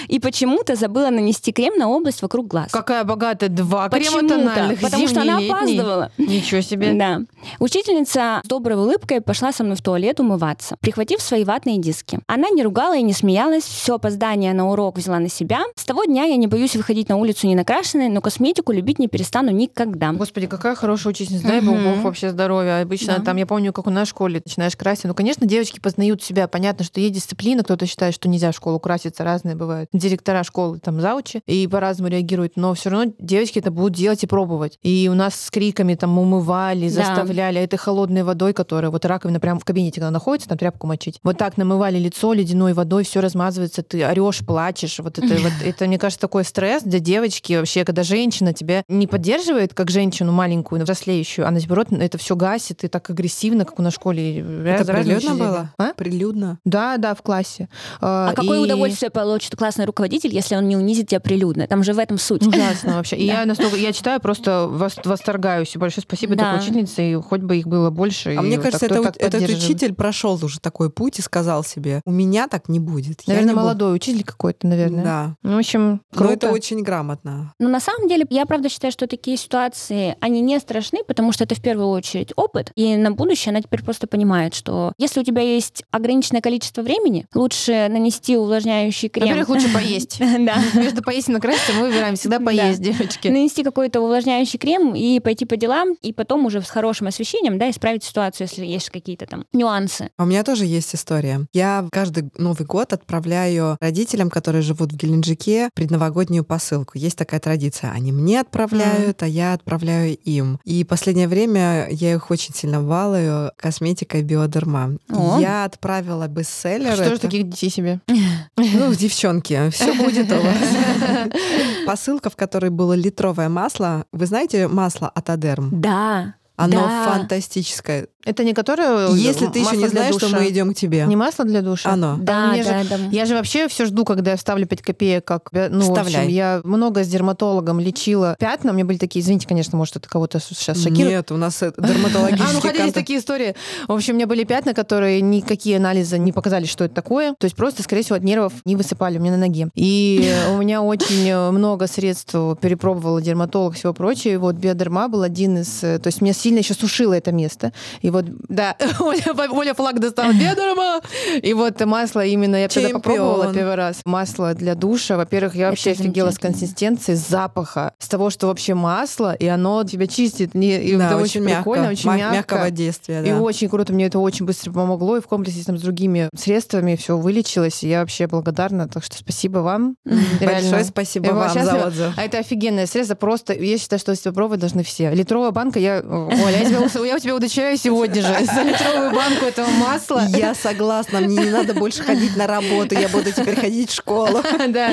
Speaker 3: И почему-то забыла нанести крем на область вокруг глаз.
Speaker 2: Какая богатая. Два крема
Speaker 3: Почему-то,
Speaker 2: тональных.
Speaker 3: потому что
Speaker 2: зимний,
Speaker 3: она
Speaker 2: летний.
Speaker 3: опаздывала.
Speaker 2: Ничего себе.
Speaker 3: Да. Учительница с доброй улыбкой пошла со мной в туалет умываться, прихватив свои ватные диски. Она не ругала и не смеялась, все опоздание на урок взяла на себя. С того дня я не боюсь выходить на улицу не накрашенной, но косметику любить не перестану никогда.
Speaker 2: Господи, какая хорошая учительница. Дай бог
Speaker 3: Мгм.
Speaker 2: бог вообще здоровья. Обычно
Speaker 3: Да.
Speaker 2: там, я помню, как у нас в школе начинаешь красить. Ну, конечно, девочки познают себя. Понятно, что есть дисциплина. Кто-то считает, что нельзя в школу краситься. Разные бывают. Директора школы там заучи и по-разному реагируют. Но все равно девочки это будут делать и пробовать. И у нас с криками там умывали,
Speaker 3: Да.
Speaker 2: заставляли. А это холодной водой, которая вот раковина прямо в кабинете, когда находится, там тряпку мочить. Вот так намывали лицо ледяной водой, все размазывается, ты орешь, плачешь. Вот это, вот это, мне кажется, такой стресс для девочки вообще, когда женщина тебя не поддерживает, как женщину маленькую, взрослеющую, а наоборот, это все гасит, и так агрессивно, как у нас в школе.
Speaker 1: Это
Speaker 2: Раз- разные
Speaker 1: прилюдно
Speaker 2: учителя.
Speaker 1: было?
Speaker 2: А?
Speaker 1: Прилюдно.
Speaker 2: Да, да, в классе.
Speaker 3: А какое
Speaker 2: и-
Speaker 3: удовольствие получит классный руководитель, если он не унизит тебя прилюдно? Там же в этом
Speaker 2: Ну
Speaker 3: суть.
Speaker 2: Ужасно вообще. И я настолько, я читаю, просто вос- восторгаюсь. И Большое спасибо
Speaker 3: Да.
Speaker 2: такой учительнице, и хоть бы их было больше. и
Speaker 1: А мне
Speaker 2: вот
Speaker 1: кажется,
Speaker 2: так- кто
Speaker 1: это,
Speaker 2: так
Speaker 1: этот
Speaker 2: поддерживает.
Speaker 1: учитель прошел уже такой путь и сказал себе, у меня так не будет. Я
Speaker 2: Наверное,
Speaker 1: не буду».
Speaker 2: молодой учитель какой-то, наверное.
Speaker 1: Да.
Speaker 2: Ну, в общем,
Speaker 1: Но
Speaker 2: круто.
Speaker 1: это очень грамотно.
Speaker 3: Но на самом деле, я правда считаю, что такие ситуации, они не страшны, потому что это в первую очередь опыт. И на будущее она теперь просто понимает, что если у тебя есть ограниченное количество времени, лучше нанести увлажняющий крем.
Speaker 2: Во-первых, лучше Поесть.
Speaker 3: Да.
Speaker 2: Между поесть и накраситься мы выбираем всегда поесть, девочки.
Speaker 3: Нанести какой-то увлажняющий крем и пойти по делам, и потом уже с хорошим освещением, да, исправить ситуацию, если есть какие-то там нюансы.
Speaker 1: А у меня тоже есть история. Я каждый Новый год отправляю родителям, которые живут в Геленджике, предновогоднюю посылку. Есть такая традиция. Они мне отправляют, а я отправляю им. И последнее время я их очень сильно валую косметикой биодерма.
Speaker 3: О.
Speaker 1: Я отправила бестселлер.
Speaker 2: Что же
Speaker 1: Это-
Speaker 2: таких детей себе?
Speaker 1: Ну, девчонки, все будет у вас. Посылка, в которой было литровое масло. Вы знаете масло от Адерм?
Speaker 3: Да.
Speaker 1: Оно
Speaker 3: Да.
Speaker 1: фантастическое.
Speaker 2: Это не которое
Speaker 1: Если ты еще
Speaker 2: масло
Speaker 1: не
Speaker 2: для
Speaker 1: знаешь, что
Speaker 2: душа?
Speaker 1: мы идем к тебе.
Speaker 2: Не масло для душа?
Speaker 1: Оно.
Speaker 2: Да,
Speaker 3: Да,
Speaker 2: мне
Speaker 3: да, да.
Speaker 2: Я же вообще все жду, когда я вставлю 5 копеек, как ну, в общем,
Speaker 1: Вставляй.
Speaker 2: я много с дерматологом лечила пятна. У меня были такие, извините, конечно, может, это кого-то сейчас шокирует.
Speaker 1: Нет, у нас это
Speaker 2: А, ну
Speaker 1: дерматологический
Speaker 2: ходили
Speaker 1: контакт.
Speaker 2: такие истории. В общем, у меня были пятна, которые никакие анализы не показали, что это такое. То есть просто, скорее всего, от нервов не высыпали у меня на ноге. И у меня очень э, много средств перепробовала дерматолог, всего прочего. И вот биодерма был один из... э, То есть меня сильно еще сушило это место. И вот, да, Оля, Оля флаг достала биодерма. И вот масло именно я тогда
Speaker 1: Чемпион.
Speaker 2: попробовала первый раз. Масло для душа. Во-первых, я вообще
Speaker 3: Это
Speaker 2: офигела с
Speaker 3: замечательно.
Speaker 2: консистенции, с запаха, с того, что вообще масло, и оно тебя чистит. Не, и
Speaker 1: Да,
Speaker 2: это очень, прикольно, очень
Speaker 1: Ма-
Speaker 2: мягко.
Speaker 1: Мягкого действия,
Speaker 2: И
Speaker 1: да.
Speaker 2: очень круто, мне это очень быстро помогло, и в комплексе там, с другими средствами все вылечилось, и я вообще благодарна, так что спасибо вам.
Speaker 1: Большое
Speaker 2: Реально.
Speaker 1: спасибо
Speaker 2: Я была
Speaker 1: вам за
Speaker 2: счастлива.
Speaker 1: отзыв.
Speaker 2: А это офигенное средство, просто я считаю, что если попробовать должны все. Литровая банка, я, Оля, я тебя, ус- я у тебя удочеряю сегодня же за литровую банку этого масла.
Speaker 1: Я согласна, мне не надо больше ходить на работу, я буду теперь ходить в школу.
Speaker 2: Да.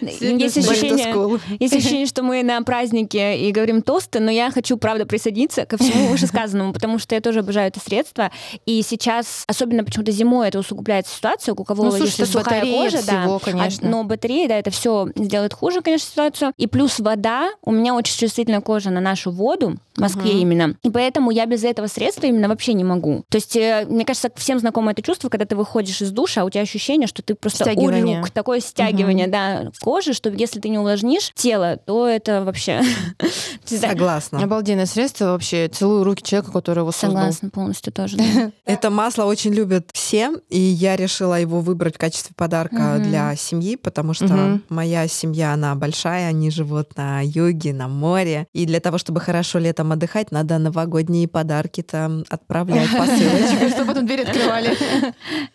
Speaker 3: Есть
Speaker 2: Back to
Speaker 3: ощущение, ну, Есть ощущение, что мы на празднике и говорим тосты, но я хочу, правда, присоединиться ко всему вышесказанному, потому что я тоже обожаю это средство. И сейчас, особенно почему-то зимой, это усугубляет ситуацию, у кого
Speaker 2: Ну, слушай,
Speaker 3: если
Speaker 2: тут
Speaker 3: сухая
Speaker 2: батарея
Speaker 3: кожа,
Speaker 2: всего,
Speaker 3: да,
Speaker 2: конечно.
Speaker 3: а- но батареи, да, это все сделает хуже, конечно, ситуацию. И плюс вода. У меня очень чувствительная кожа на нашу воду, в Москве именно. И поэтому я без этого средства именно вообще не могу. То есть, э, мне кажется, всем знакомо это чувство, когда ты выходишь из душа, а у тебя ощущение, что ты просто
Speaker 2: Стягивание.
Speaker 3: урюк, такое стягивание, да, кожи, что если ты не увлажнишь тело, то это вообще... Не знаю.
Speaker 1: Согласна.
Speaker 2: Обалденное средство вообще. Целую руки человека, который его создал.
Speaker 3: Согласна полностью тоже. да.
Speaker 1: Это масло очень любят все, и я решила его выбрать в качестве подарка
Speaker 3: Мгм.
Speaker 1: для семьи, потому что
Speaker 2: Мгм.
Speaker 1: моя семья, она большая, они живут на юге, на море, и для того, чтобы хорошо летом отдыхать, надо новогодние подарки там отправлять посылочки.
Speaker 2: Чтобы потом дверь открывали.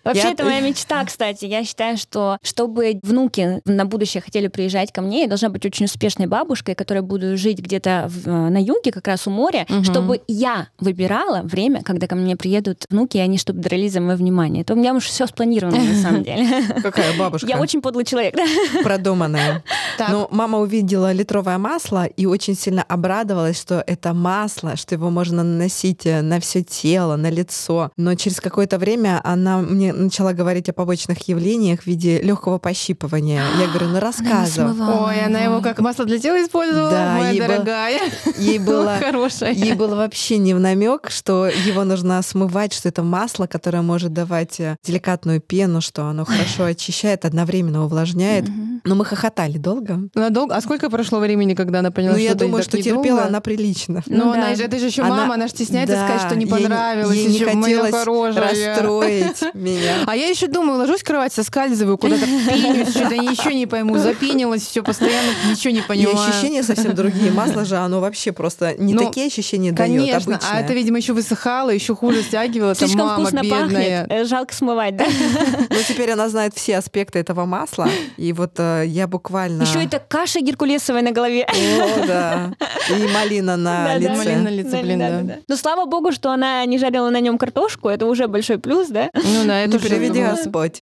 Speaker 3: Вообще,
Speaker 1: Я-
Speaker 3: это моя мечта, кстати. Я считаю, что чтобы внуки на будущее хотели приезжать ко мне, я должна быть очень успешной бабушкой, которая буду жить где-то в- э, на юге, как раз у моря,
Speaker 2: Мгм.
Speaker 3: чтобы я выбирала время, когда ко мне приедут внуки, и они чтобы дрались за мое внимание. Это у меня уже все спланировано, на самом деле.
Speaker 1: Какая бабушка
Speaker 3: Я очень подлый человек, да?
Speaker 1: продуманная.
Speaker 2: Так.
Speaker 1: Но мама увидела литровое масло и очень сильно обрадовалась, что это масло, что его можно наносить э, на все тело, на лицо. Но через какое-то время она мне начала говорить о побочных явлениях в виде легкого пощипывания. Я говорю, ну рассказывай.
Speaker 2: Ой, она его как масло для тела использовала,
Speaker 1: Да, ей
Speaker 2: моя
Speaker 1: было-
Speaker 2: дорогая.
Speaker 1: Ей было
Speaker 2: хорошая.
Speaker 1: Ей было вообще не в намек, что его нужно смывать, что это масло, которое может давать э, деликатную пену, что оно хорошо очищает, одновременно увлажняет. Но мы хохотали долго.
Speaker 2: Надолго? А сколько прошло времени, когда она поняла,
Speaker 1: Ну,
Speaker 2: что
Speaker 1: я
Speaker 2: это
Speaker 1: думаю,
Speaker 2: так
Speaker 1: что
Speaker 2: недолго?
Speaker 1: терпела она прилично.
Speaker 2: Ну,
Speaker 3: Ну
Speaker 2: она
Speaker 3: да.
Speaker 2: же, это же еще
Speaker 1: Она-
Speaker 2: мама, она же стесняется
Speaker 1: Да,
Speaker 2: сказать, что не
Speaker 1: ей не-
Speaker 2: понравилось.
Speaker 1: Ей не
Speaker 2: ещё моя
Speaker 1: хотелось
Speaker 2: хорошая.
Speaker 1: расстроить меня.
Speaker 2: А я еще думаю, ложусь в кровать, соскальзываю, куда-то пенюсь, что-то ничего не пойму, запенилась, все постоянно ничего не
Speaker 1: И
Speaker 2: понимаю.
Speaker 1: ощущения совсем другие. Масло же, оно вообще просто не
Speaker 2: Ну,
Speaker 1: такие ощущения дает
Speaker 2: Конечно,
Speaker 1: обычно.
Speaker 2: а это, видимо, еще высыхало, еще хуже стягивало. Там
Speaker 3: Слишком
Speaker 2: мама
Speaker 3: вкусно
Speaker 2: бедная.
Speaker 3: пахнет. Э, Жалко смывать, да?
Speaker 1: Но теперь она знает все аспекты этого масла. И вот э, я буквально...
Speaker 3: Еще это каша геркулесовая на голове.
Speaker 1: О, да. И малина на
Speaker 3: Да-да.
Speaker 1: лице.
Speaker 2: Малина на лице, блин, да.
Speaker 3: Но слава богу, что она не жарила на нем картошку, это уже большой плюс, да?
Speaker 2: Ну да,
Speaker 1: Не
Speaker 2: это уже
Speaker 1: приведи
Speaker 2: было.
Speaker 1: Господь.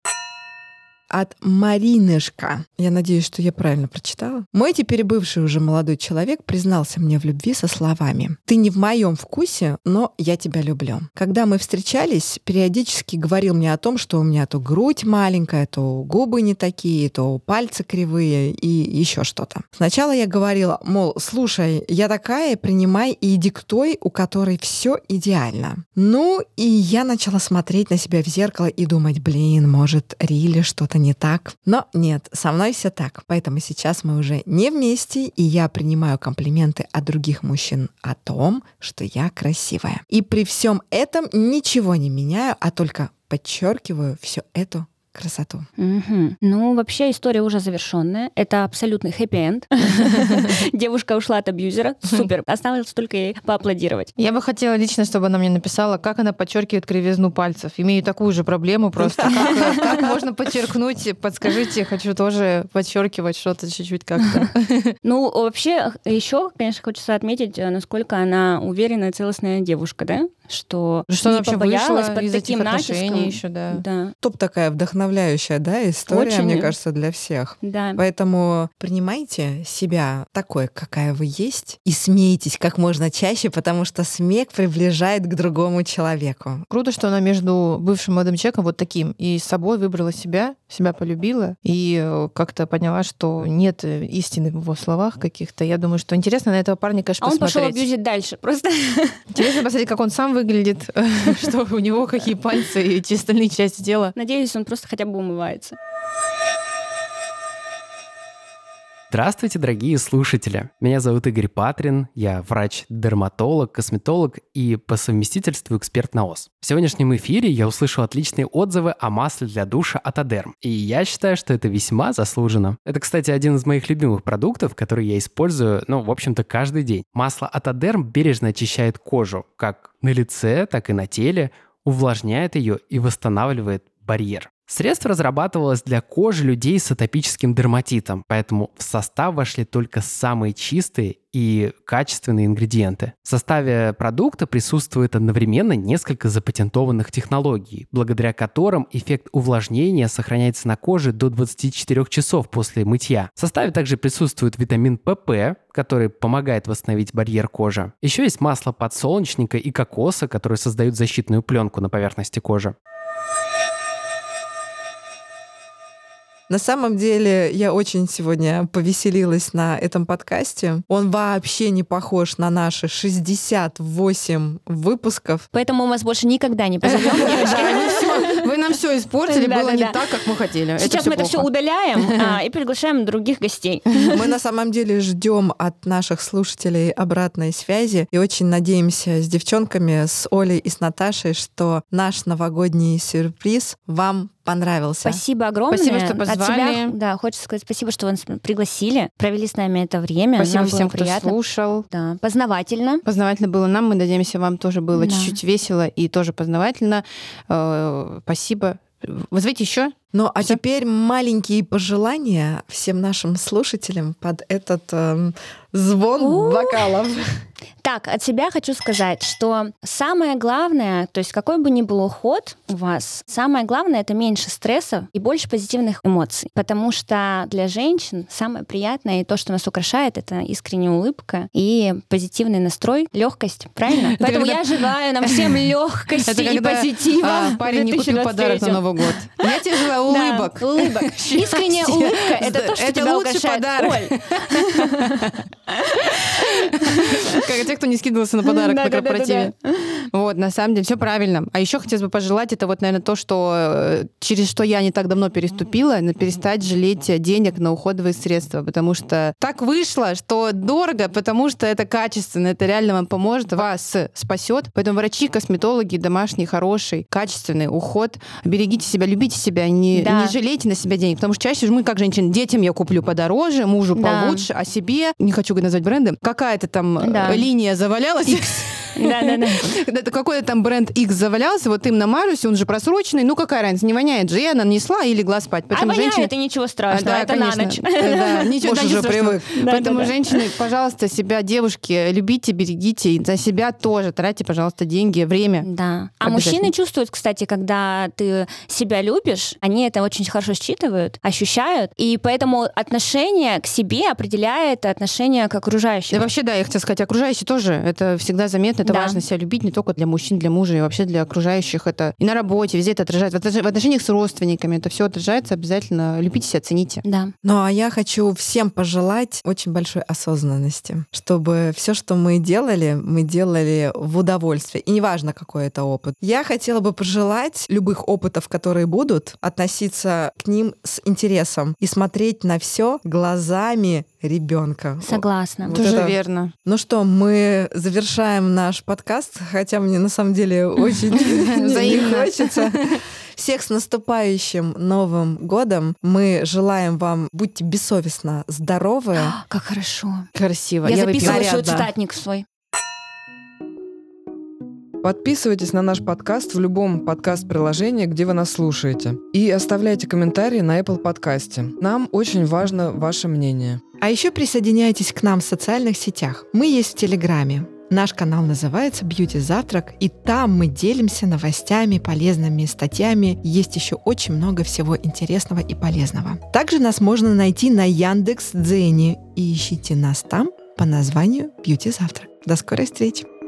Speaker 1: От Маринышка. Я надеюсь, что я правильно прочитала. Мой теперь бывший уже молодой человек признался мне в любви со словами. «Ты не в моем вкусе, но я тебя люблю». Когда мы встречались, периодически говорил мне о том, что у меня то грудь маленькая, то губы не такие, то пальцы кривые и еще что-то. Сначала я говорила, мол, слушай, я такая, принимай и иди к той, у которой все идеально. Ну, и я начала смотреть на себя в зеркало и думать, блин, может, Рили что-то не так. Но нет, со мной все так. Поэтому сейчас мы уже не вместе, и я принимаю комплименты от других мужчин о том, что я красивая. И при всем этом ничего не меняю, а только подчеркиваю всю эту красоту.
Speaker 3: Мгм. Ну, вообще история уже завершенная. Это абсолютный хэппи-энд. Девушка ушла от абьюзера. Супер. Осталось только ей поаплодировать.
Speaker 2: Я бы хотела лично, чтобы она мне написала, как она подчеркивает кривизну пальцев. Имею такую же проблему просто. Как, э, как можно подчеркнуть? Подскажите, хочу тоже подчеркивать что-то чуть-чуть как-то.
Speaker 3: Ну, вообще, еще, конечно, хочется отметить, э, насколько она уверенная, целостная девушка, да? Что,
Speaker 2: Что
Speaker 3: не
Speaker 2: она вообще
Speaker 3: Типа побоялась
Speaker 2: вышла
Speaker 3: под
Speaker 2: из
Speaker 3: таким
Speaker 2: этих отношений
Speaker 3: натиском.
Speaker 2: еще, да.
Speaker 3: Да,
Speaker 1: Топ такая вдохновляющая, да, история,
Speaker 3: Очень.
Speaker 1: мне кажется, для всех.
Speaker 3: да.
Speaker 1: Поэтому принимайте себя такой, какая вы есть, и смейтесь как можно чаще, потому что смех приближает к другому человеку.
Speaker 2: Круто, что она между бывшим молодым человеком вот таким и с собой выбрала себя, себя полюбила и э, как-то поняла, что нет э, истины в его словах каких-то. Я думаю, что интересно на этого парня, конечно,
Speaker 3: А он пошел
Speaker 2: посмотреть.
Speaker 3: абьюзить дальше. Просто
Speaker 2: Интересно посмотреть, как он сам выглядит, что у него какие пальцы и те остальные части тела.
Speaker 3: надеюсь, он просто хотя бы умывается.
Speaker 4: Здравствуйте, дорогие слушатели! Меня зовут Игорь Патрин, я врач-дерматолог, косметолог и по совместительству эксперт на ОС. В сегодняшнем эфире я услышал отличные отзывы о масле для душа от Адерм, и я считаю, что это весьма заслуженно. Это, кстати, один из моих любимых продуктов, который я использую, ну, в общем-то, каждый день. Масло от Адерм бережно очищает кожу, как на лице, так и на теле, увлажняет ее и восстанавливает барьер. Средство разрабатывалось для кожи людей с атопическим дерматитом, поэтому в состав вошли только самые чистые и качественные ингредиенты. В составе продукта присутствует одновременно несколько запатентованных технологий, благодаря которым эффект увлажнения сохраняется на коже до 24 часов после мытья. В составе также присутствует витамин ПП, который помогает восстановить барьер кожи. Еще есть масло подсолнечника и кокоса, которые создают защитную пленку на поверхности кожи.
Speaker 1: На самом деле, я очень сегодня повеселилась на этом подкасте. Он вообще не похож на наши 68 выпусков.
Speaker 3: Поэтому мы вас больше никогда не позовем, ну,
Speaker 2: Вы всё- Вы нам все испортили,
Speaker 3: Да,
Speaker 2: было
Speaker 3: да,
Speaker 2: не
Speaker 3: да.
Speaker 2: так, как мы хотели.
Speaker 3: Сейчас
Speaker 2: всё
Speaker 3: мы это все
Speaker 2: плохо.
Speaker 3: удаляем а, и приглашаем других гостей.
Speaker 1: Мы на самом деле ждем от наших слушателей обратной связи и очень надеемся с девчонками, с Олей и с Наташей, что наш новогодний сюрприз вам понравился.
Speaker 3: Спасибо огромное.
Speaker 2: Спасибо, что
Speaker 3: От
Speaker 2: позвали.
Speaker 3: себя, да, хочется сказать спасибо, что вы нас пригласили, провели с нами это время.
Speaker 2: Спасибо
Speaker 3: Нам было
Speaker 2: всем, кто
Speaker 3: приятно.
Speaker 2: слушал.
Speaker 3: Да, познавательно.
Speaker 2: Познавательно было нам. Мы надеемся, вам тоже было
Speaker 3: Да.
Speaker 2: чуть-чуть весело и тоже познавательно. Э, Спасибо. Вызовите еще.
Speaker 1: Ну а
Speaker 2: Всё.
Speaker 1: теперь маленькие пожелания всем нашим слушателям под этот эм, звон
Speaker 3: У.
Speaker 1: бокалов.
Speaker 3: Так, от себя хочу сказать, что самое главное, то есть какой бы ни был уход у вас, самое главное это меньше стресса и больше позитивных эмоций. Потому что для женщин самое приятное и то, что нас украшает, это искренняя улыбка и позитивный настрой, легкость, правильно? Поэтому
Speaker 2: когда-
Speaker 3: я желаю нам всем легкости и
Speaker 2: когда,
Speaker 3: позитива.
Speaker 2: а, парень не купил подарок на Новый год. Я тебе желаю улыбок.
Speaker 3: Да, улыбок. Искренняя
Speaker 2: Счастья.
Speaker 3: улыбка. Это то, что
Speaker 2: Это
Speaker 3: тебя
Speaker 2: лучший
Speaker 3: украшает.
Speaker 2: подарок.
Speaker 3: Оль, а
Speaker 2: Как те, кто не скидывался на подарок на
Speaker 3: Да-да-да-да-да.
Speaker 2: корпоративе. Вот, на самом деле, все правильно. А еще хотелось бы пожелать, это вот, наверное, то, что э, через что я не так давно переступила, на- перестать жалеть денег на уходовые средства, потому что так вышло, что дорого, потому что это качественно, это реально вам поможет, вас спасет. Поэтому врачи, косметологи, домашний, хороший, качественный уход. Берегите себя, любите себя, не,
Speaker 3: Да.
Speaker 2: не жалейте на себя денег, потому что чаще мы, как женщины, детям я куплю подороже, мужу
Speaker 3: Да.
Speaker 2: получше, а себе, не хочу назвать бренды, какая-то там э,
Speaker 3: Да.
Speaker 2: линия завалялась.
Speaker 3: Да-да-да.
Speaker 2: Это какой-то там бренд X завалялся, вот им намажусь, он же просроченный, ну какая разница, не воняет же, я нанесла и легла спать.
Speaker 3: А
Speaker 2: Поэтому
Speaker 3: воняет,
Speaker 2: женщины...
Speaker 3: это ничего
Speaker 2: А,
Speaker 3: страшного, это на
Speaker 2: конечно.
Speaker 3: ночь.
Speaker 2: Да, ничего,
Speaker 1: Муж
Speaker 2: да, ничего
Speaker 1: уже
Speaker 2: страшного.
Speaker 1: привык.
Speaker 3: Да,
Speaker 2: Поэтому,
Speaker 3: да, да.
Speaker 2: женщины, пожалуйста, себя, девушки, любите, берегите, и за себя тоже тратьте, пожалуйста, деньги, время.
Speaker 3: Да. А
Speaker 2: Обязательно.
Speaker 3: мужчины чувствуют, кстати, когда ты себя любишь, они это очень хорошо считывают, ощущают, и поэтому отношение к себе определяет отношение к
Speaker 2: И
Speaker 3: окружающим.
Speaker 2: вообще, да, я хотела сказать, окружающие тоже, это всегда заметно, это
Speaker 3: Да.
Speaker 2: важно себя любить не только для мужчин, для мужа, и вообще для окружающих это и на работе, везде это отражается, в отнош- в отношениях с родственниками это все отражается обязательно, любите себя, цените.
Speaker 3: Да.
Speaker 1: Ну а я хочу всем пожелать очень большой осознанности, чтобы все, что мы делали, мы делали в удовольствие. И неважно, какой это опыт. Я хотела бы пожелать любых опытов, которые будут, относиться к ним с интересом и смотреть на все глазами ребенка.
Speaker 3: Согласна.
Speaker 1: Вот
Speaker 2: Тоже
Speaker 1: это-
Speaker 2: верно.
Speaker 1: Ну что, мы завершаем наш подкаст, хотя мне на самом деле очень не
Speaker 2: Взаимно.
Speaker 1: хочется. Всех с наступающим Новым годом. Мы желаем вам, будьте бессовестно здоровы.
Speaker 3: Как хорошо.
Speaker 2: Красиво. выпила.
Speaker 3: Я, записывала еще
Speaker 1: Зарядно.
Speaker 3: цитатник свой.
Speaker 5: Подписывайтесь на наш подкаст в любом подкаст-приложении, где вы нас слушаете. И оставляйте комментарии на Apple подкасте. Нам очень важно ваше мнение.
Speaker 1: А еще присоединяйтесь к нам в социальных сетях. Мы есть в Телеграме. Наш канал называется «Бьюти Завтрак», и там мы делимся новостями, полезными статьями. Есть еще очень много всего интересного и полезного. Также нас можно найти на Яндекс.Дзене и ищите нас там по названию «Бьюти Завтрак». До скорой встречи!